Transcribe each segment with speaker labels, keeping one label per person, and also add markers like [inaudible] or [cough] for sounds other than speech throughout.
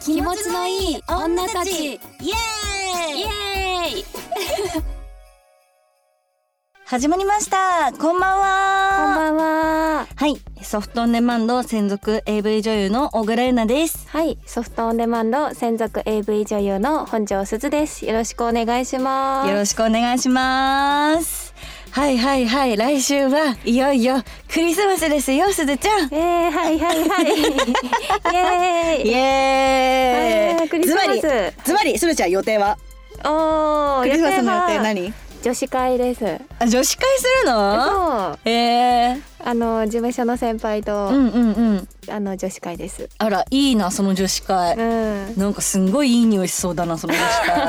Speaker 1: 気持ちのいい女たちイエーイイエーイ
Speaker 2: 始まりましたこんばん
Speaker 1: こ
Speaker 2: は
Speaker 1: んばんは
Speaker 2: はいソフトオンデマンド専属 AV 女優の小倉優奈です
Speaker 1: はいソフトオンデマンド専属 AV 女優の本庄すずですよろしくお願いします
Speaker 2: よろしくお願いしますはいはいはい来週はいよいよクリスマスですよすずちゃん
Speaker 1: えー、はいはい
Speaker 2: [laughs]
Speaker 1: はいイエーイ
Speaker 2: イエ
Speaker 1: は
Speaker 2: ー
Speaker 1: い
Speaker 2: イ
Speaker 1: クリスマス
Speaker 2: ズバリズバリすずちゃん予定は
Speaker 1: おー
Speaker 2: クリスマスの予定
Speaker 1: は
Speaker 2: 何
Speaker 1: 女子会です
Speaker 2: あ女子会する
Speaker 1: そう
Speaker 2: の
Speaker 1: あ
Speaker 2: えー、
Speaker 1: の事務所の先輩と、
Speaker 2: うんうんうん
Speaker 1: あの女子会です
Speaker 2: あらいいなその女子会
Speaker 1: うん
Speaker 2: なんかすんごいいい匂いしそうだなその女子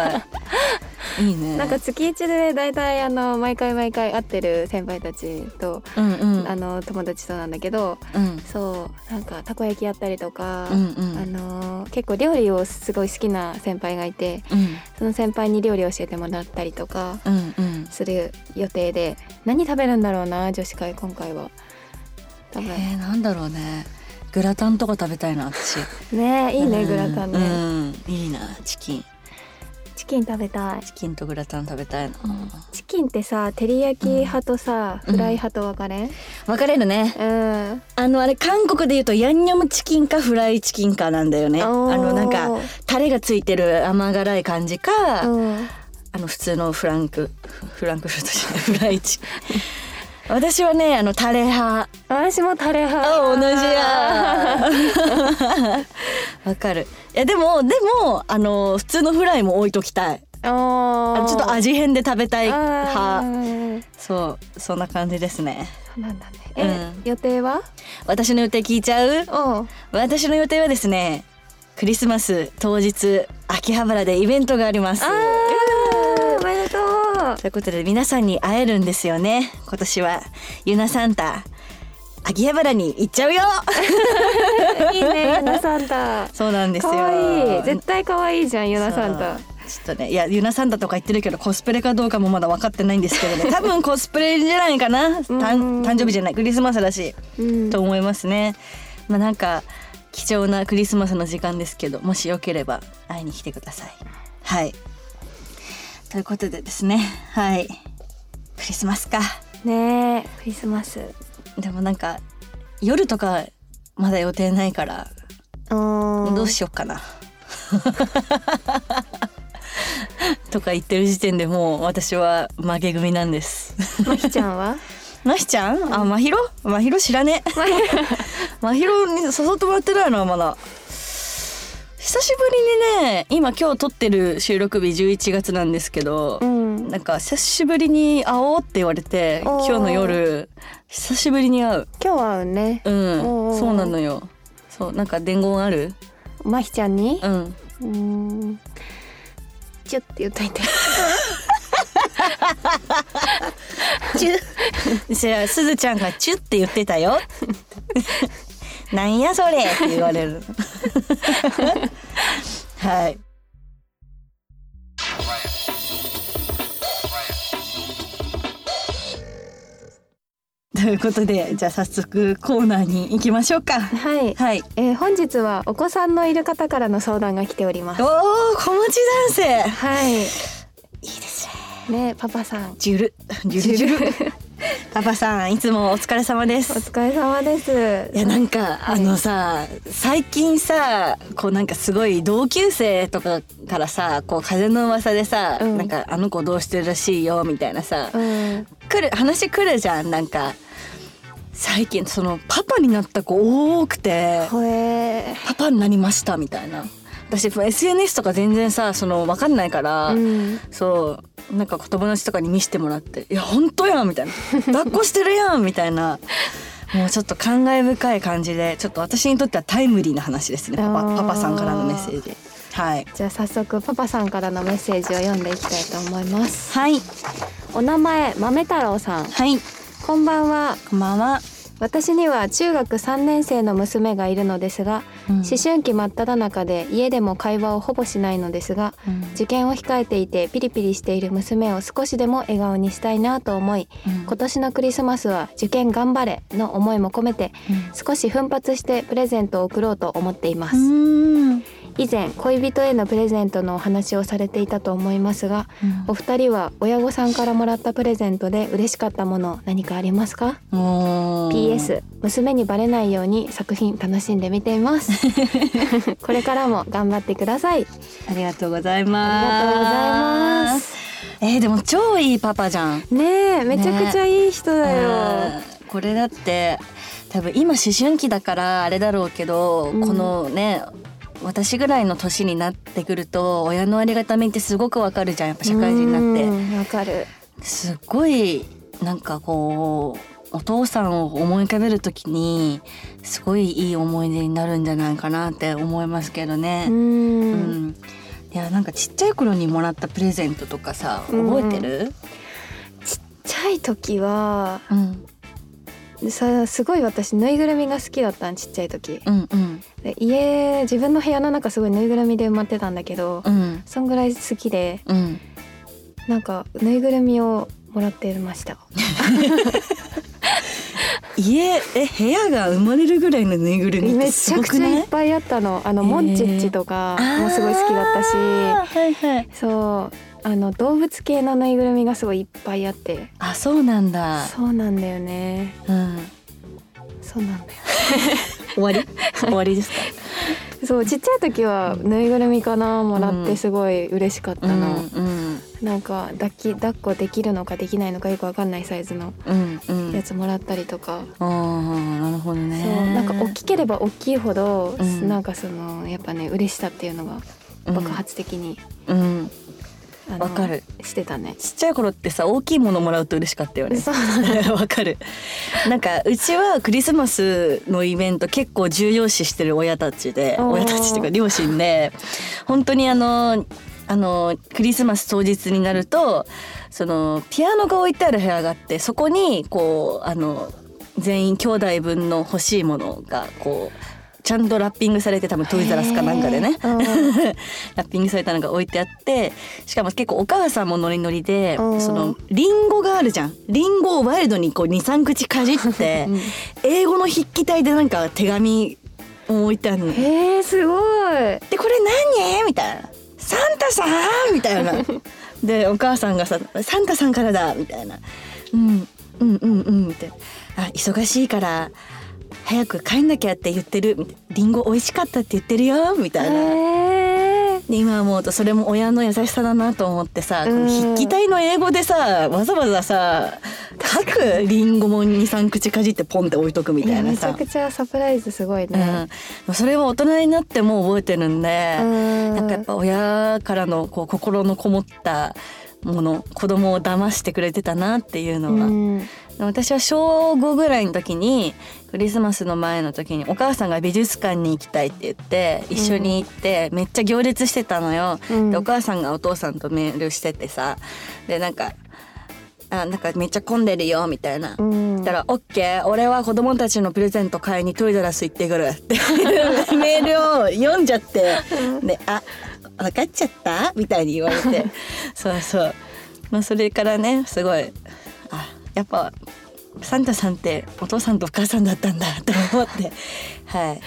Speaker 1: [laughs]
Speaker 2: 会いいね
Speaker 1: なんか月一でだいたいあの毎回毎回会ってる先輩たちと、
Speaker 2: うんうん
Speaker 1: あの友達となんだけど
Speaker 2: うん
Speaker 1: そうなんかたこ焼きやったりとか、
Speaker 2: うんう
Speaker 1: あ
Speaker 2: ん
Speaker 1: の結構料理をすごい好きな先輩がいて
Speaker 2: うん
Speaker 1: その先輩に料理教えてもらったりとか
Speaker 2: うんうん
Speaker 1: する予定で何食べるんだろうな女子会今回は多分
Speaker 2: えー、なんだろうねグラタンとか食べたいな私
Speaker 1: ねえいいね
Speaker 2: うん
Speaker 1: グラタンね、
Speaker 2: うんいいなチキン
Speaker 1: チキン食べたい
Speaker 2: チキンとグラタン食べたいな、
Speaker 1: チキンってさ照り焼き派とさ、
Speaker 2: うん
Speaker 1: フライ派と分かれん
Speaker 2: 分かれるね
Speaker 1: うん、
Speaker 2: あのあれ韓国で言うとヤンニョムチキンかフライチキンかなんだよねあ
Speaker 1: おー
Speaker 2: のなんかタレがついてる甘辛い感じか、
Speaker 1: うん
Speaker 2: あの普通のフランクフフランクフルトじゃないフライチキン私はねあのタレ派
Speaker 1: 私もタレ派
Speaker 2: あ同じや [laughs] わかるいやでもでもあの普通のフライも置いときたいあ
Speaker 1: お
Speaker 2: のちょっと味変で食べたい
Speaker 1: は
Speaker 2: 派そうそんな感じですね
Speaker 1: そうなんだねえ、
Speaker 2: うん
Speaker 1: 予定は
Speaker 2: 私の予定聞いちゃう
Speaker 1: おう
Speaker 2: 私の予定はですねクリスマス当日秋葉原でイベントがあります
Speaker 1: あーおめでとう
Speaker 2: ということで皆さんに会えるんですよね今年はゆなサンタ秋葉原に行っちゃ [laughs] うよ
Speaker 1: いい [laughs] ね、ユナサンタ。
Speaker 2: そうなんですよ
Speaker 1: 可愛い絶対可愛いじゃん、ユナサンタ
Speaker 2: そ。うちょっとねいやユナサンタとか言ってるけどコスプレかどうかもまだ分かってないんですけどね
Speaker 1: [laughs]
Speaker 2: 多分コスプレじゃないかなたん
Speaker 1: うん
Speaker 2: 誕生日じゃないクリスマスだし、
Speaker 1: うん
Speaker 2: と思いますねまあなんか貴重なクリスマスの時間ですけどもしよければ会いに来てくださいはいということでですねはいクリスマスか
Speaker 1: ねえ、クリスマス。
Speaker 2: でもなんか夜とかまだ予定ないからど
Speaker 1: ど
Speaker 2: うしよっかな。 [laughs] とか言ってる時点でもう私は負け組なんです。 [laughs]
Speaker 1: まきちゃんは。
Speaker 2: まひちゃん、あ、まひろ、まひろ知ら [laughs] ねえ。まひろに誘ってもらってないのはまだ。久しぶりにね、今今日撮ってる収録日11月なんですけど。
Speaker 1: [laughs] うん。
Speaker 2: なんか久しぶりに会おうって言われて
Speaker 1: お
Speaker 2: 今
Speaker 1: ー
Speaker 2: 日の夜久しぶりに会う
Speaker 1: 今日会うね
Speaker 2: う。
Speaker 1: おー
Speaker 2: んそうなのよそうなんか伝言ある
Speaker 1: まひちゃんに。
Speaker 2: うん
Speaker 1: うーん。ちゅって言っといて。
Speaker 2: それはすずちゃんが「チュ」って言ってたよ [laughs] なんやそれって言われる [laughs] はいということでじゃあ早速コーナーに行きましょうか
Speaker 1: [laughs] はい。
Speaker 2: はい
Speaker 1: [laughs] えー、本日はお子さんのいる方からの相談が来ておりま
Speaker 2: お
Speaker 1: す。
Speaker 2: お小持ち男性
Speaker 1: はい。
Speaker 2: いいですね
Speaker 1: ね、パパさん。
Speaker 2: ジュルジュルジュルパパさんいつもお疲れ様で
Speaker 1: お
Speaker 2: す
Speaker 1: 疲れ様です
Speaker 2: い。やなんか、
Speaker 1: い
Speaker 2: あのさ最近さこうなんかすごい同級生とかからさこう風の噂でさ、
Speaker 1: うん
Speaker 2: なんかあの子どうしてるらしいよみたいなさ、
Speaker 1: うん。
Speaker 2: 来る話来るじゃんなんか最近そのパパになった子多くて
Speaker 1: ほえ
Speaker 2: パパになりましたみたいな私 SNS とか全然さその分かんないから、
Speaker 1: ー。うん。
Speaker 2: そうなんか友達とかに見せてもらって「いや本当やん」みたいな「抱っこしてるやん」みたい
Speaker 1: [laughs]
Speaker 2: なもうちょっと感慨深い感じでちょっと私にとってはタイムリーな話ですねパ
Speaker 1: あー
Speaker 2: パパパさんからのメッセージはい
Speaker 1: じゃあ早速パパさんからのメッセージを読んでいきたいと思います
Speaker 2: はい
Speaker 1: お名前豆太郎さん
Speaker 2: はい
Speaker 1: こんばんは
Speaker 2: こんばんは、
Speaker 1: 私には中学3年生の娘がいるのですが
Speaker 2: うん
Speaker 1: 思春期真っ只中で家でも会話をほぼしないのですが
Speaker 2: うん
Speaker 1: 受験を控えていてピリピリしている娘を少しでも笑顔にしたいなと思い
Speaker 2: うん
Speaker 1: 今年のクリスマスは受験頑張れの思いも込めて少し奮発してプレゼントを贈ろうと思っていま
Speaker 2: う
Speaker 1: す
Speaker 2: ん
Speaker 1: 以前恋人へのプレゼントのお話をされていたと思いますがお二人は親御さんからもらったプレゼントで嬉しかったもの何かありますか
Speaker 2: おー
Speaker 1: PS 娘にバレないように作品楽しんでみています
Speaker 2: [laughs]
Speaker 1: これからも頑張ってください
Speaker 2: ありがとうござい
Speaker 1: あ
Speaker 2: ま
Speaker 1: り
Speaker 2: す。
Speaker 1: がとうございま。す
Speaker 2: えー、でも超いいパパじゃん。
Speaker 1: ねえめちゃくちゃいい人だよ、
Speaker 2: うんこれだって多分今思春期だからあれだろうけど、
Speaker 1: うん
Speaker 2: このね私ぐらいの年になってくると親のありがたみってすごくわかるじゃんやっぱ社会人になって。
Speaker 1: ってわかる
Speaker 2: すっごいなんかこうお父さんを思い浮かべるときにすごいいい思い出になるんじゃないかなって思いますけどね。う
Speaker 1: う
Speaker 2: んんいやなんかちっちゃい頃にもらったプレゼントとかさ覚えてる、
Speaker 1: ちっちゃい時は
Speaker 2: うん、
Speaker 1: さすごい私ぬいぐるみが好きだったんちっちゃい時
Speaker 2: うんうん
Speaker 1: で家自分の部屋の中すごいぬいぐるみで埋まってたんだけど、
Speaker 2: うん
Speaker 1: そんぐらい好きで
Speaker 2: うん
Speaker 1: なんかぬいぐるみをもらってました
Speaker 2: 家え部屋が生まれるぐらいのぬいぐるみっ
Speaker 1: め
Speaker 2: て
Speaker 1: ち
Speaker 2: す
Speaker 1: ゃ
Speaker 2: ご
Speaker 1: く
Speaker 2: く
Speaker 1: ちゃ
Speaker 2: ない
Speaker 1: いっぱいあったのあの
Speaker 2: へー
Speaker 1: モンチッチとかもすごい好きだったし
Speaker 2: あーはいはい
Speaker 1: そうあの動物系のぬいぐるみがすごいいっぱいあって
Speaker 2: あそうなんだ
Speaker 1: そうなんだよね
Speaker 2: うん
Speaker 1: そうなんだよ
Speaker 2: 終わり終わりですか
Speaker 1: そうちっちゃい時はぬいぐるみかなもらっ
Speaker 2: う
Speaker 1: て
Speaker 2: ん
Speaker 1: すごい嬉しかっ
Speaker 2: [laughs]
Speaker 1: た
Speaker 2: うん
Speaker 1: な、
Speaker 2: うん
Speaker 1: なんか抱き抱っこできるのかできないのかよくわかんないサイズの
Speaker 2: うんうん
Speaker 1: やつもらったりとか、
Speaker 2: ああなるほどね
Speaker 1: そうなんか大きければ大きいほど、
Speaker 2: うん
Speaker 1: なんかそのやっぱね嬉しさっていうのが爆発的に、
Speaker 2: うん
Speaker 1: あの
Speaker 2: わかる
Speaker 1: してたね。
Speaker 2: ちっちゃい頃ってさ大きいものもらうと嬉しかったよね
Speaker 1: そうなんだ
Speaker 2: [laughs] わかるなんかうちはクリスマスのイベント結構重要視してる親たちで
Speaker 1: おー
Speaker 2: 親たちというか両親で本当にあのあのクリスマス当日になるとそのピアノが置いてある部屋があってそこにこうあの全員兄弟分の欲しいものがこうちゃんとラッピングされて多分トイザラスかなんかでね
Speaker 1: へー。
Speaker 2: [laughs] ラッピングされたのが置いてあってしかも結構お母さんもノリノリで
Speaker 1: うん
Speaker 2: そのリンゴがあるじゃんリンゴをワイルドにこう23口かじっ
Speaker 1: う
Speaker 2: て
Speaker 1: んうん
Speaker 2: 英語の筆記体でなんか手紙を置いてあるの。
Speaker 1: へえすごい。
Speaker 2: でこれ何みたいな「サンタさん!」みた
Speaker 1: [laughs]
Speaker 2: いなでお母さんがさ「サンタさんからだ」みたいな「うんうんうんうん」みたいな「あ忙しいから早く帰んなきゃって言ってる」みたいな「りんご美味しかったって言ってるよ」みたいな。
Speaker 1: へえ
Speaker 2: で今思うとそれも親の優しさだなと思ってさ、こ
Speaker 1: うん
Speaker 2: の筆記体の英語でさわざわざさ書くりんごも23口かじってポンって置いとくみ
Speaker 1: い
Speaker 2: た
Speaker 1: や
Speaker 2: いな
Speaker 1: めちゃ
Speaker 2: さ、
Speaker 1: くちゃサプライズすごいね。
Speaker 2: うん、それを大人になっても覚えてるんで、
Speaker 1: うん
Speaker 2: なんかやっぱ親からのこう心のこもったもの子供を騙してくれてたなっていうのは、
Speaker 1: うん
Speaker 2: 私は小5ぐらいの時にクリスマスの前の時にお母さんが美術館に行きたいって言って一緒に行ってめっちゃ行列してたのよ。
Speaker 1: うん
Speaker 2: でお母さんがお父さんとメールしててさでなんか「あなんかめっちゃ混んでるよ」みたいな。
Speaker 1: うん
Speaker 2: ったら「オッケー俺は子供たちのプレゼント買いにトイザラス行ってくる」って [laughs] メールを読んじゃって「であ分かっちゃった?」みたいに言われ
Speaker 1: [laughs]
Speaker 2: てそうそう、まあ、それからねすごいあやっぱサンタさんってお父さんとお母さんだったんだと思
Speaker 1: [laughs]
Speaker 2: ってはい。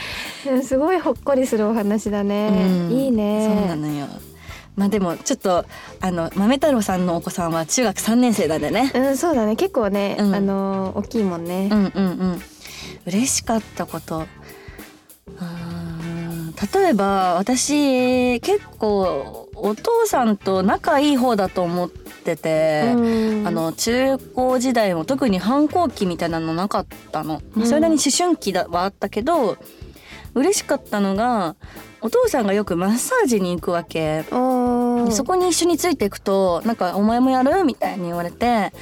Speaker 1: うんすごいほっこりするお話だね。
Speaker 2: うん
Speaker 1: いいね。
Speaker 2: そうなのよまあでもちょっとあの豆太郎さんのお子さんは中学3年生なんでね
Speaker 1: うん、そうだね。結構ね、
Speaker 2: うん
Speaker 1: あのー大きいもんね
Speaker 2: う。んうんうん嬉しかったことうーん例えば私結構お父さんと仲いい方だと思ってて、
Speaker 1: うん
Speaker 2: あの中高時代も特に反抗期みたいなのなかったの、まあそれなりに思春期だはあったけど嬉しかったのがお父さんがよくマッサージに行くわけ。
Speaker 1: おー
Speaker 2: そこに一緒についていくとなんか「お前もやる?」みたいに言われて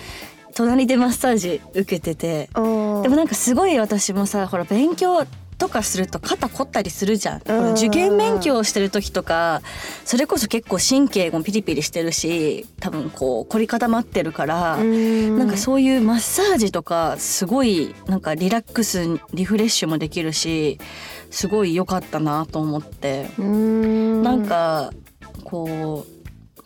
Speaker 2: 隣でマッサージ受けてて
Speaker 1: おー
Speaker 2: でもなんかすごい私もさほら勉強とかすると肩凝ったりするじゃん。ほら受験勉強をしてる時とかそれこそ結構神経もピリピリしてるし多分こう凝り固まってるから。
Speaker 1: うん
Speaker 2: なんかそういうマッサージとかすごいなんかリラックスリフレッシュもできるしすごい良かったなと思って
Speaker 1: うん
Speaker 2: なんかこう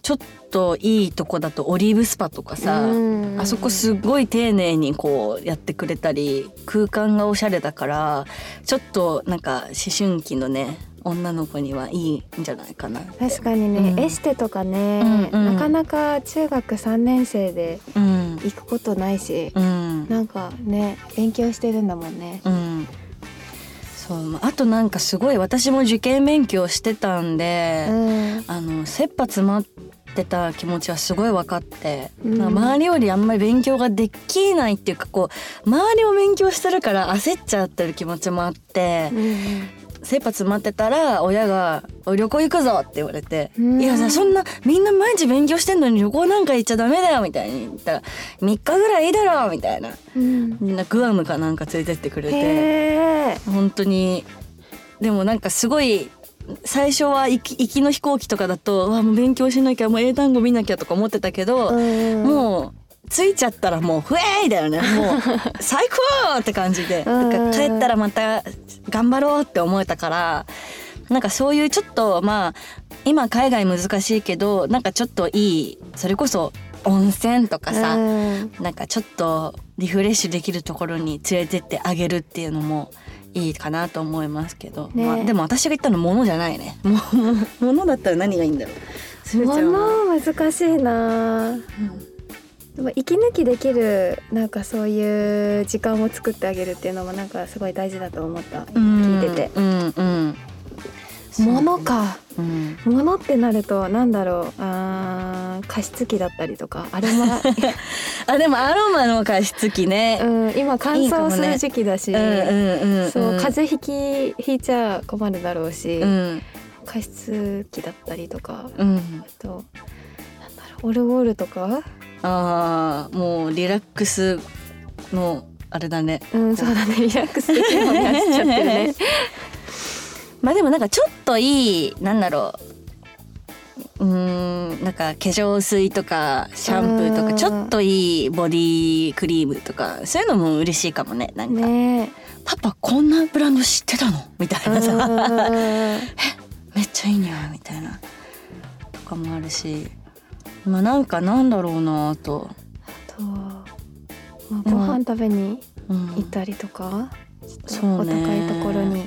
Speaker 2: ちょっといいとこだとオリーブスパとかさ、
Speaker 1: うん
Speaker 2: あそこすごい丁寧にこうやってくれたり空間がおしゃれだからちょっとなんか思春期のね女の子にはいいんじゃないかなって
Speaker 1: 確かにね、
Speaker 2: うん
Speaker 1: エステとかね、
Speaker 2: うんうん
Speaker 1: なかなか中学3年生で
Speaker 2: うん
Speaker 1: 行くことないし、
Speaker 2: うん
Speaker 1: なんかね勉強してるんだもんね。
Speaker 2: うんそうあとなんかすごい私も受験勉強してたんで、
Speaker 1: うん、
Speaker 2: あの切羽詰まってた気持ちはすごい分かって、
Speaker 1: うん
Speaker 2: なんか周りよりあんまり勉強ができないっていうかこう周りも勉強してるから焦っちゃってる気持ちもあって、切羽詰まってたら親が「おい旅行行くぞ!」って言われて「
Speaker 1: うん
Speaker 2: いやそんなみんな毎日勉強してんのに旅行なんか行っちゃダメだよ」みたいに言ったら「3日ぐらいいいだろ」みたいな
Speaker 1: うん、
Speaker 2: みんなグアムかなんか連れてってくれて
Speaker 1: へえ、
Speaker 2: 本当にでもなんかすごい最初は行き行きの飛行機とかだと「うわもう勉強しなきゃもう英単語見なきゃ」とか思ってたけど、
Speaker 1: うん、
Speaker 2: もう着いちゃったらもう「ふえーい!」だよ
Speaker 1: [laughs]
Speaker 2: ねもう最高って感じで
Speaker 1: うん
Speaker 2: なんか帰ったらまた頑張ろうって思えたからなんかそういうちょっとまあ今海外難しいけどなんかちょっといいそれこそ温泉とかさ、
Speaker 1: うん
Speaker 2: なんかちょっとリフレッシュできるところに連れてってあげるっていうのもいいかなと思いますけど、
Speaker 1: ね
Speaker 2: まあ、でも私が言ったのものじゃないねもうものだったら何がいいんだろうすずちゃんは
Speaker 1: 物難しいな。
Speaker 2: うん
Speaker 1: でも息抜きできるなんかそういう時間を作ってあげるっていうのもなんかすごい大事だと思った、聞いて
Speaker 2: うんうん
Speaker 1: て。物か
Speaker 2: うん
Speaker 1: 物ってなるとなんだろうあー加湿器だったりとかアロ
Speaker 2: [laughs]
Speaker 1: マ、
Speaker 2: あでもアロマの加湿器ね、
Speaker 1: うん、今乾
Speaker 2: いいかも
Speaker 1: 燥
Speaker 2: ね
Speaker 1: する時期だし
Speaker 2: うん、うんうんうん、
Speaker 1: そう風邪ひきひいちゃ困るだろうし、
Speaker 2: うん
Speaker 1: 加湿器だったりとか
Speaker 2: うん
Speaker 1: あとなんだろうオルゴールとか、
Speaker 2: あーもうリラックスのあれだね
Speaker 1: うん、そうだねリラックスできるようになっちゃってるね。
Speaker 2: まあでもなんかちょっといいなんだろううーんなんか化粧水とかシャンプーと
Speaker 1: う
Speaker 2: か
Speaker 1: ん
Speaker 2: ちょっといいボディクリームとかそういうのも嬉しいかもねなんか、 [laughs]
Speaker 1: ね
Speaker 2: パパこんなブランド知ってたのみた
Speaker 1: え。
Speaker 2: いなさ
Speaker 1: うん
Speaker 2: めっちゃいい匂いみたいなとかもあるしまあなんかなんだろうなあと、
Speaker 1: と、まあ、ご飯食べに
Speaker 2: うん
Speaker 1: 行ったりとか、
Speaker 2: そうね
Speaker 1: お高いところに。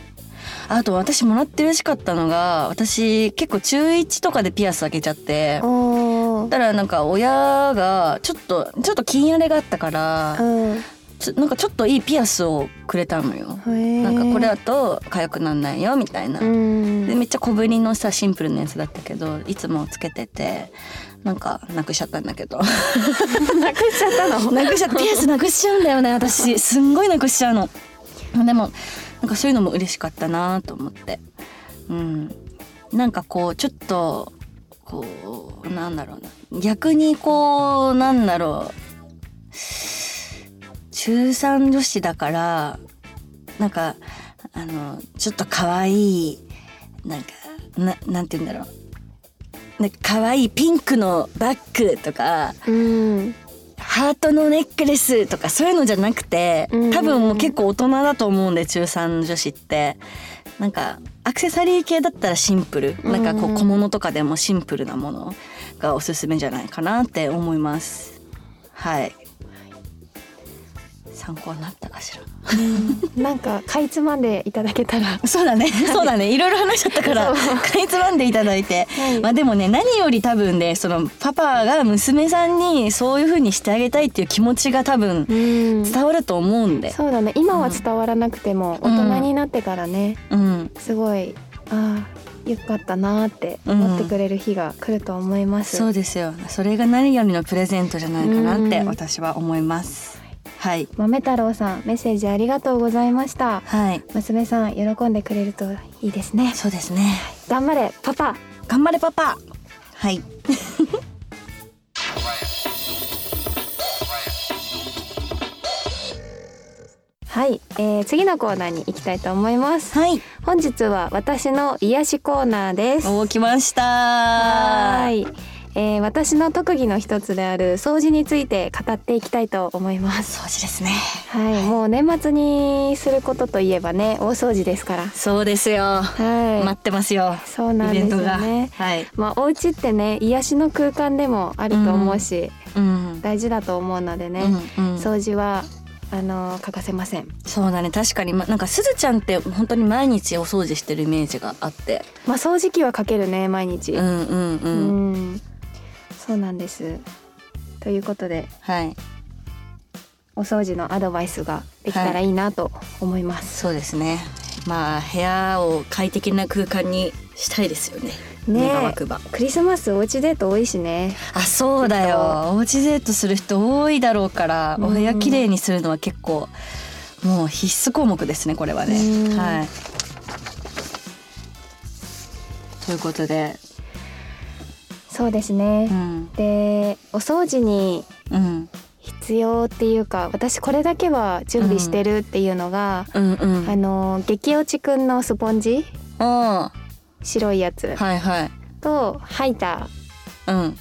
Speaker 2: あと私もらって嬉しかったのが私結構中1とかでピアス開けちゃって
Speaker 1: お
Speaker 2: だからなんか親がちょっとちょっと金荒れがあったか
Speaker 1: う
Speaker 2: ら
Speaker 1: ん、へ
Speaker 2: ちょなんかちょっといいピアスをくれたのよ。
Speaker 1: え
Speaker 2: なんかこれだと痒くなんないよみたいな。
Speaker 1: うん、
Speaker 2: でめっちゃ小ぶりのさシンプルなやつだったけどいつもつけててなんかなくしちゃったんだけど
Speaker 1: なくしちゃったの。
Speaker 2: [laughs] なくしちゃピアスなくしちゃうんだよね私すんごいなくしちゃうのでもなんかそういうのも嬉しかったなと思ってうんなんかこうちょっとこうなんだろうな逆にこうなんだろう中3女子だからなんかあのちょっと可愛いなんかななんて言うんだろうなんか可愛いピンクのバッグとか
Speaker 1: うん、
Speaker 2: ハートのネックレスとかそういうのじゃなくて
Speaker 1: うんうん
Speaker 2: 多分もう結構大人だと思うんで中3女子ってなんかアクセサリー系だったらシンプル
Speaker 1: うんう
Speaker 2: なんんかこう小物とかでもシンプルなものがおすすめじゃないかなって思いますはい参考になったかしら
Speaker 1: なんかかいつまんでいただけたら。
Speaker 2: そうだね [laughs] そうだねいろいろ話しちゃったからかいつまんでいただいて
Speaker 1: はい
Speaker 2: まあでもね何より多分ねそのパパが娘さんにそういう風にしてあげたいっていう気持ちが多分
Speaker 1: うん、
Speaker 2: 伝わると思うんで、
Speaker 1: そうだね。今は伝わらなくても、
Speaker 2: うん
Speaker 1: 大人になってからね、
Speaker 2: うん、
Speaker 1: すごい、ああ、よかったなーって思ってくれる日が来ると思います。
Speaker 2: そうですよそれが何よりのプレゼントじゃないかなって
Speaker 1: うん
Speaker 2: 私は思いますはい
Speaker 1: 豆太郎さん、メッセージありがとうございました。
Speaker 2: はい
Speaker 1: 娘さん喜んでくれるといいですね
Speaker 2: そうですね
Speaker 1: 頑張れパパ
Speaker 2: 頑張れパパはい
Speaker 1: はい、えー、次のコーナーに行きたいと思います
Speaker 2: はい
Speaker 1: 本日は私の癒しコーナーです
Speaker 2: おー来ました
Speaker 1: は
Speaker 2: は
Speaker 1: ーい、えー、私の特技の一つである掃除について語っていきたいと思います
Speaker 2: 掃除ですね
Speaker 1: はい、もう年末にすることといえばね大掃除ですから
Speaker 2: そうですよ、
Speaker 1: はい、
Speaker 2: 待ってますよ
Speaker 1: そうなんですよね
Speaker 2: はい
Speaker 1: まあお家ってね癒しの空間でもあると思うし、
Speaker 2: うん
Speaker 1: 大事だと思うのでね、
Speaker 2: うんうん
Speaker 1: 掃除はあの欠かせません。
Speaker 2: そうだね確かに、ま、なんかすずちゃんって本当に毎日お掃除してるイメージがあって
Speaker 1: まあ掃除機はかけるね毎日。
Speaker 2: うんうんう
Speaker 1: う
Speaker 2: ん、
Speaker 1: ん、そうなんです。ということで
Speaker 2: はい
Speaker 1: お掃除のアドバイスができたらいいなと思います。
Speaker 2: そうですねまあ部屋を快適な空間にしたいですよね
Speaker 1: ねえ
Speaker 2: 願わくば
Speaker 1: クリスマスおうちデート多いしね。
Speaker 2: あそうだ
Speaker 1: きっ
Speaker 2: よおうちデートする人多いだろうから、
Speaker 1: うん
Speaker 2: お部屋きれいにするのは結構もう必須項目ですねこれはね
Speaker 1: うん
Speaker 2: はいということで
Speaker 1: そうですね
Speaker 2: う。ん
Speaker 1: でお掃除に
Speaker 2: うん
Speaker 1: 必要っていうか私これだけは準備してるっていうのが、
Speaker 2: うんうん
Speaker 1: あの激落ちくんのスポンジ
Speaker 2: あ
Speaker 1: 白いやつ
Speaker 2: ーはいはい
Speaker 1: とハイタ
Speaker 2: うん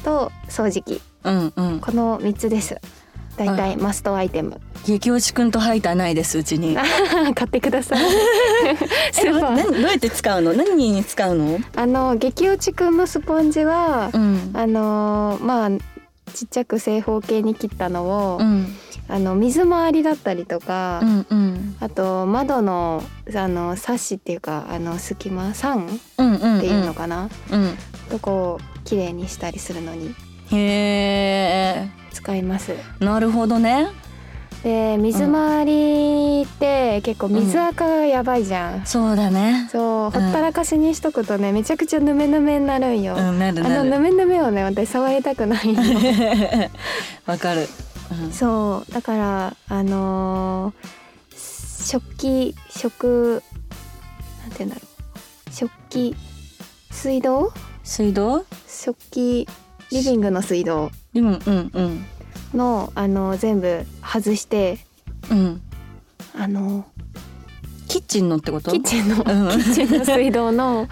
Speaker 1: ーと掃除機
Speaker 2: うんうん
Speaker 1: この3つですだいたいマストアイテム [laughs]
Speaker 2: 激落ちくんとハイターないですうちに
Speaker 1: 買ってください [laughs] スーパ
Speaker 2: な
Speaker 1: ー
Speaker 2: どうやって使うの何に使うの
Speaker 1: [laughs] あの激落ちくんのスポンジは、
Speaker 2: うん
Speaker 1: あのーまあちっちゃく正方形に切ったのを、
Speaker 2: うん
Speaker 1: あの水回りだったりとか、
Speaker 2: うんうん
Speaker 1: あと窓のあのサッシっていうかあの隙間桟っ
Speaker 2: うんうん
Speaker 1: ていうのかな、
Speaker 2: うん
Speaker 1: とこを綺麗にしたりするのに
Speaker 2: へえ
Speaker 1: 使います。
Speaker 2: なるほどね
Speaker 1: で水回りって結構水垢がやばいじゃん。
Speaker 2: そうだね
Speaker 1: そうほったらかしにしとくとねめちゃくちゃヌメヌメになるんよ。
Speaker 2: うんなる
Speaker 1: あの
Speaker 2: な
Speaker 1: ヌ
Speaker 2: る
Speaker 1: メヌメをね私触りたくないの
Speaker 2: わかる
Speaker 1: そうだからあのー食器食なんて言うんだろう食器水道
Speaker 2: 水道
Speaker 1: 食器リビングの水道
Speaker 2: うんうんうん
Speaker 1: のあの全部外して
Speaker 2: うん
Speaker 1: あの
Speaker 2: キッチンのってこと
Speaker 1: キッチンの、
Speaker 2: うん
Speaker 1: キッチンの水道の
Speaker 2: うん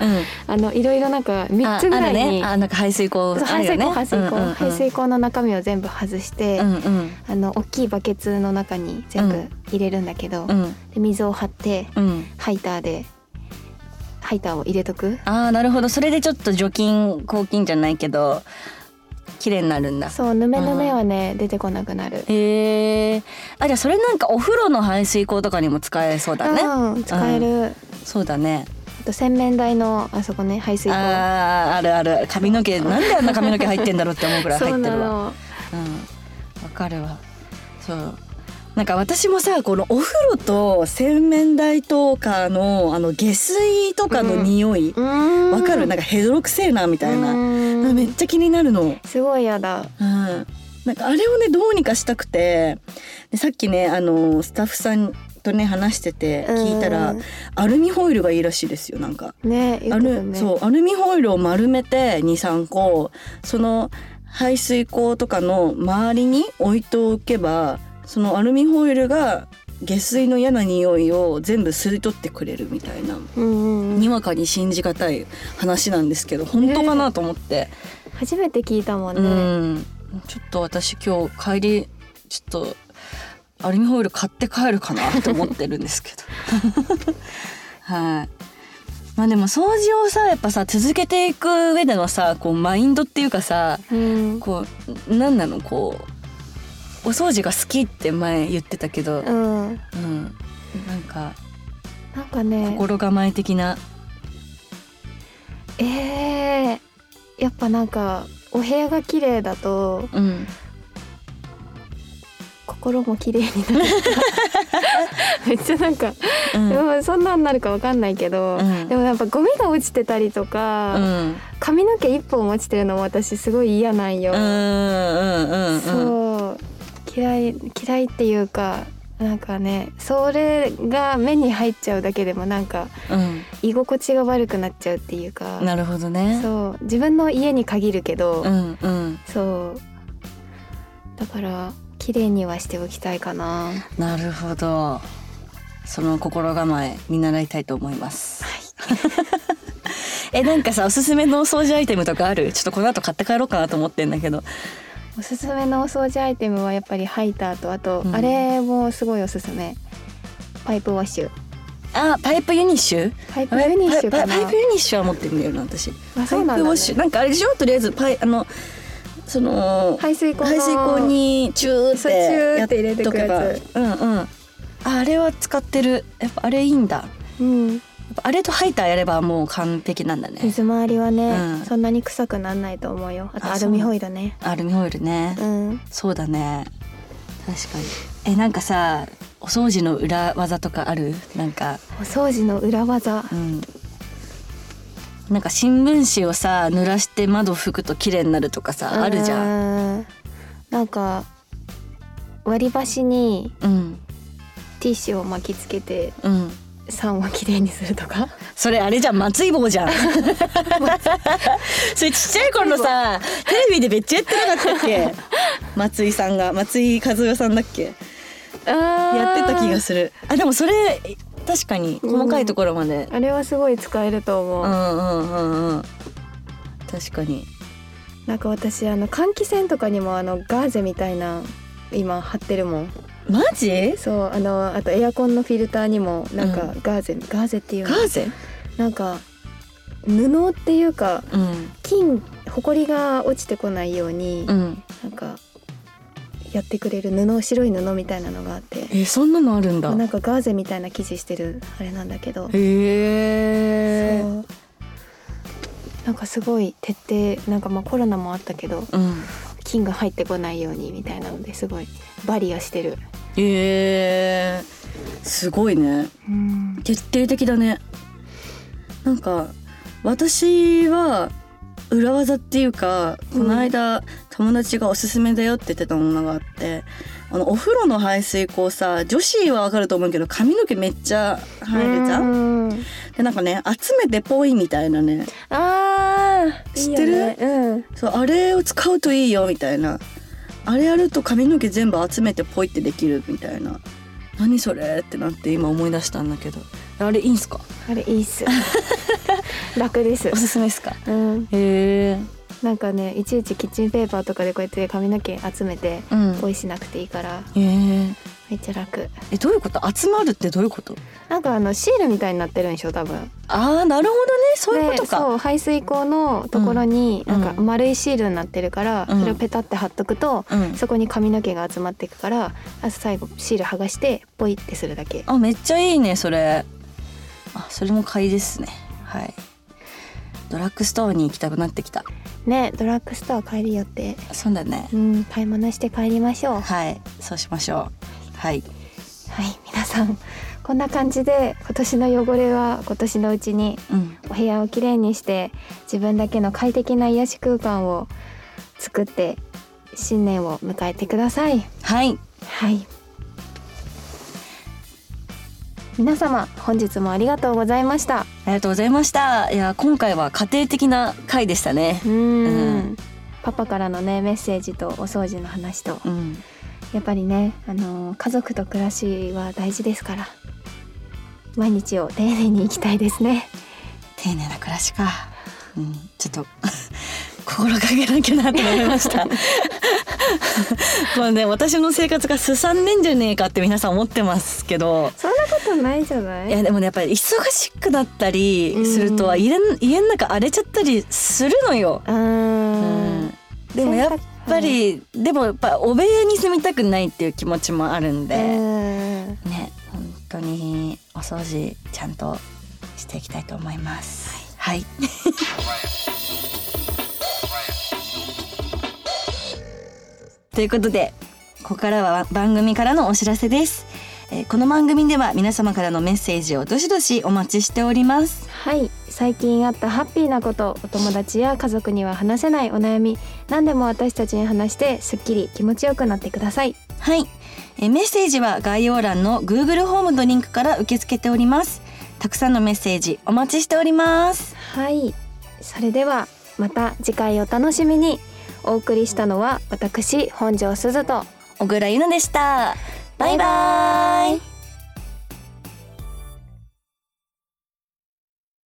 Speaker 1: あのいろいろなんか
Speaker 2: あ
Speaker 1: 三つぐらい
Speaker 2: ある
Speaker 1: に、
Speaker 2: ねあなんか排水口
Speaker 1: そう
Speaker 2: あ
Speaker 1: 排
Speaker 2: るよ
Speaker 1: 水
Speaker 2: ね
Speaker 1: 口排水口、
Speaker 2: うんうんうん
Speaker 1: 排水口の中身を全部外して、
Speaker 2: うんうん
Speaker 1: あの大きいバケツの中に全
Speaker 2: う
Speaker 1: 部
Speaker 2: ん
Speaker 1: 入れるんだけど、
Speaker 2: うん
Speaker 1: で水を張って
Speaker 2: うん
Speaker 1: ハイターでハイターを入れとく。
Speaker 2: ああなるほどそれでちょっと除菌抗菌じゃないけど綺麗になるんだ
Speaker 1: そうぬめぬめはね、出てこなくなる。
Speaker 2: へえあじゃあそれなんかお風呂の排水口とかにも使えそうだね、
Speaker 1: うん、使える、あ
Speaker 2: そうだね
Speaker 1: と洗面台のあそこね排水口
Speaker 2: あーあるある髪の毛なんであんな髪の毛入ってんだろうって思うくらい
Speaker 1: そう
Speaker 2: 入って
Speaker 1: な
Speaker 2: るわう
Speaker 1: の
Speaker 2: んわかるわそうなんか私もさこのお風呂と洗面台とかのあの下水とかの匂いわ、
Speaker 1: わ
Speaker 2: かるなんかヘドロくせえなみたいな、
Speaker 1: な
Speaker 2: めっちゃ気になるの
Speaker 1: すごいやだ
Speaker 2: うんなんかあれをねどうにかしたくてでさっきねあのスタッフさんとね話してて聞いたら、
Speaker 1: うん
Speaker 2: アルミホイルがいいらしいですよなんか。
Speaker 1: ね言
Speaker 2: ア
Speaker 1: ってた
Speaker 2: ル
Speaker 1: ね
Speaker 2: そうアルミホイルを丸めて23個その排水口とかの周りに置いておけばそのアルミホイルが下水の嫌な匂いを全部吸い取ってくれるみたいな、
Speaker 1: うんうんう
Speaker 2: に
Speaker 1: ん
Speaker 2: わかに信じがたい話なんですけど本当かなと思って。
Speaker 1: 初めて聞いたもんね、
Speaker 2: うん、ちょっと私今日帰りちょっとアルミホイル買って帰るかなと思ってるんですけどはいまあでも掃除をさやっぱさ続けていく上でのさこうマインドっていうかさ
Speaker 1: うん
Speaker 2: こう何なのこうお掃除が好きって前言ってたけど、
Speaker 1: うん、
Speaker 2: うん、なんか
Speaker 1: なんかね
Speaker 2: 心構え的な、
Speaker 1: えー、やっぱなんかお部屋が綺麗だと
Speaker 2: うん、
Speaker 1: 心も綺麗に
Speaker 2: [laughs]
Speaker 1: なるめっちゃなんか、
Speaker 2: うん、
Speaker 1: うん、そんなんなるかわかんないけど、
Speaker 2: うん
Speaker 1: でもやっぱゴミが落ちてたりとか、
Speaker 2: うん、
Speaker 1: 髪の毛一本落ちてるのも私すごい嫌なんよ、
Speaker 2: うん、うん、うん、
Speaker 1: そう嫌い嫌いっていうかなんかねそれが目に入っちゃうだけでもなんか
Speaker 2: うん、
Speaker 1: 居心地が悪くなっちゃうっていうか
Speaker 2: なるほどね。
Speaker 1: そう自分の家に限るけど、
Speaker 2: うんうん、
Speaker 1: そうだから綺麗にはしておきたいかな
Speaker 2: なるほどその心構え見習いたいと思います、 [laughs] えなんかさおすすめのお掃除アイテムとかあるちょっとこの後買って帰ろうかなと思ってんだけど
Speaker 1: おすすめのお掃除アイテムはやっぱりハイターとあと、
Speaker 2: うん
Speaker 1: あれもすごいおすすめパイプウォッシュ
Speaker 2: あパイプユニッシュ
Speaker 1: パイプユニッシュかな
Speaker 2: パイパイパイプユニッシュは持ってるんだよな私
Speaker 1: あ
Speaker 2: パ
Speaker 1: そ
Speaker 2: イプウ
Speaker 1: うなんだね
Speaker 2: ォッシュなんかあれでしょとりあえずパイあのその
Speaker 1: 排水口の
Speaker 2: 排水口にチューっ
Speaker 1: そうチュ
Speaker 2: て
Speaker 1: ー
Speaker 2: や
Speaker 1: って入れて
Speaker 2: と
Speaker 1: く
Speaker 2: けば
Speaker 1: やつ
Speaker 2: うんうんああれは使ってるやっぱあれいいんだや
Speaker 1: うん
Speaker 2: っぱあれとハイターやればもう完璧なんだね
Speaker 1: 水回りはね、
Speaker 2: うん
Speaker 1: そんなに臭くなんないと思うよあと
Speaker 2: あ
Speaker 1: アルミホイルね
Speaker 2: アルミホイルね
Speaker 1: うん
Speaker 2: そうだね確かにえなんかさお掃除の裏技とかあるなんか
Speaker 1: お掃除の裏技
Speaker 2: うんなんか新聞紙をさ濡らして窓拭くと綺麗になるとかさあるじゃん
Speaker 1: ゃんなんか割り箸に
Speaker 2: うん
Speaker 1: ティッシュを巻きつけて
Speaker 2: うん
Speaker 1: 酸をきれいにすると [laughs] か
Speaker 2: それあれじゃん松井棒じゃ [laughs] んそれちっちゃい頃のさテレビでめっちゃやってなかったっけ松井さんが松井和代さんだっけや
Speaker 1: や
Speaker 2: ってた気がするあでもそれ確かに細かいところまで
Speaker 1: あれはすごい使えると思う、
Speaker 2: うんうんうんうん確かに
Speaker 1: なんか私あの換気扇とかにもあのガーゼみたいな今貼ってるもん
Speaker 2: マジ
Speaker 1: そうあのあとエアコンのフィルターにもなんか
Speaker 2: う
Speaker 1: ガーゼ、ガーゼっていう
Speaker 2: ガ
Speaker 1: の
Speaker 2: ーゼ
Speaker 1: なんか布っていうか
Speaker 2: うん
Speaker 1: 菌ほこりが落ちてこないように、
Speaker 2: うん
Speaker 1: なんかやってくれる布白い布みたいなのがあって
Speaker 2: えそんなのあるんだ
Speaker 1: なんかガーゼみたいな生地してるあれなんだけど
Speaker 2: へえ
Speaker 1: そうなんかすごい徹底なんかまあコロナもあったけど
Speaker 2: うん
Speaker 1: 菌が入ってこないようにみたいなのですごいバリアしてる。
Speaker 2: へえすごいね
Speaker 1: うん、
Speaker 2: 徹底的だねなんか私は裏技っていうかこの間、友達がおすすめだよって言ってたものがあってあのお風呂の排水口さ女子はわかると思うけど髪の毛めっちゃ入るじゃん
Speaker 1: うん
Speaker 2: でなんかね集めてぽいみたいなね
Speaker 1: あー
Speaker 2: 知ってる
Speaker 1: いいよねうん
Speaker 2: そうあれを使うといいよみたいなあれやると髪の毛全部集めてポイってできるみたいな何それってなって今思い出したんだけどあれいいんすか
Speaker 1: あれいい
Speaker 2: [laughs]
Speaker 1: っす楽です
Speaker 2: おすすめっすか
Speaker 1: うん
Speaker 2: へえ
Speaker 1: なんかねいちいちキッチンペーパーとかでこうやって髪の毛集めて
Speaker 2: うん
Speaker 1: ポイしなくていいから
Speaker 2: えー、
Speaker 1: めっちゃ楽
Speaker 2: えどういうこと集まるってどういうこと
Speaker 1: なんかあのシールみたいになってるんでしょ多分
Speaker 2: ああなるほどねそういうこと
Speaker 1: で
Speaker 2: か
Speaker 1: そう排水口のところに
Speaker 2: うん
Speaker 1: なんか丸いシールになってるから、
Speaker 2: うん
Speaker 1: それをペタって貼っとくと、
Speaker 2: うん
Speaker 1: そこに髪の毛が集まっていくからあ最後シール剥がしてポイってするだけ
Speaker 2: あめっちゃいいねそれあそれも買いですねはいドラッグストアに行きたくなってきた
Speaker 1: ねドラッグストア帰るよって
Speaker 2: そうだね
Speaker 1: うん買い物して帰りましょう
Speaker 2: はいそうしましょうはい
Speaker 1: はい皆さんこんな感じで今年の汚れは今年のうちに
Speaker 2: うん
Speaker 1: お部屋をきれいにして自分だけの快適な癒し空間を作って新年を迎えてください
Speaker 2: はい
Speaker 1: はい皆様本日もありがとうございました
Speaker 2: ありがとうございましたいや今回は家庭的な回でしたね
Speaker 1: うーん
Speaker 2: うん
Speaker 1: パパからのねメッセージとお掃除の話と
Speaker 2: うん
Speaker 1: やっぱりねあのー家族と暮らしは大事ですから毎日を丁寧に生きたいですね
Speaker 2: 丁寧な暮らしかうんちょっと [laughs] 心がけなきゃなと思いました [laughs] まあね私の生活がすさんでんじゃねえかって皆さん思ってますけど
Speaker 1: そんなことないじゃない
Speaker 2: いやでもねやっぱり忙しくなったりするとは
Speaker 1: うん
Speaker 2: 家の家の中荒れちゃったりするのよ、
Speaker 1: うー
Speaker 2: うんんでもやっぱ
Speaker 1: うん
Speaker 2: り、でもやっぱお部屋に住みたくないっていう気持ちもあるんで、
Speaker 1: うん
Speaker 2: ね本当にお掃除ちゃんとしていきたいと思いますはい、 [laughs] ということでここからは番組からのお知らせです、えーこの番組では皆様からのメッセージをどしどしお待ちしております
Speaker 1: はい最近あったハッピーなことお友達や家族には話せないお悩み何でも私たちに話してすっきり気持ちよくなってください
Speaker 2: はい、えーメッセージは概要欄の Google ホームのリンクから受け付けておりますたくさんのメッセージお待ちしております
Speaker 1: はいそれではまた次回お楽しみにお送りしたのは私本庄すずと
Speaker 2: 小倉優奈でしたバイバイ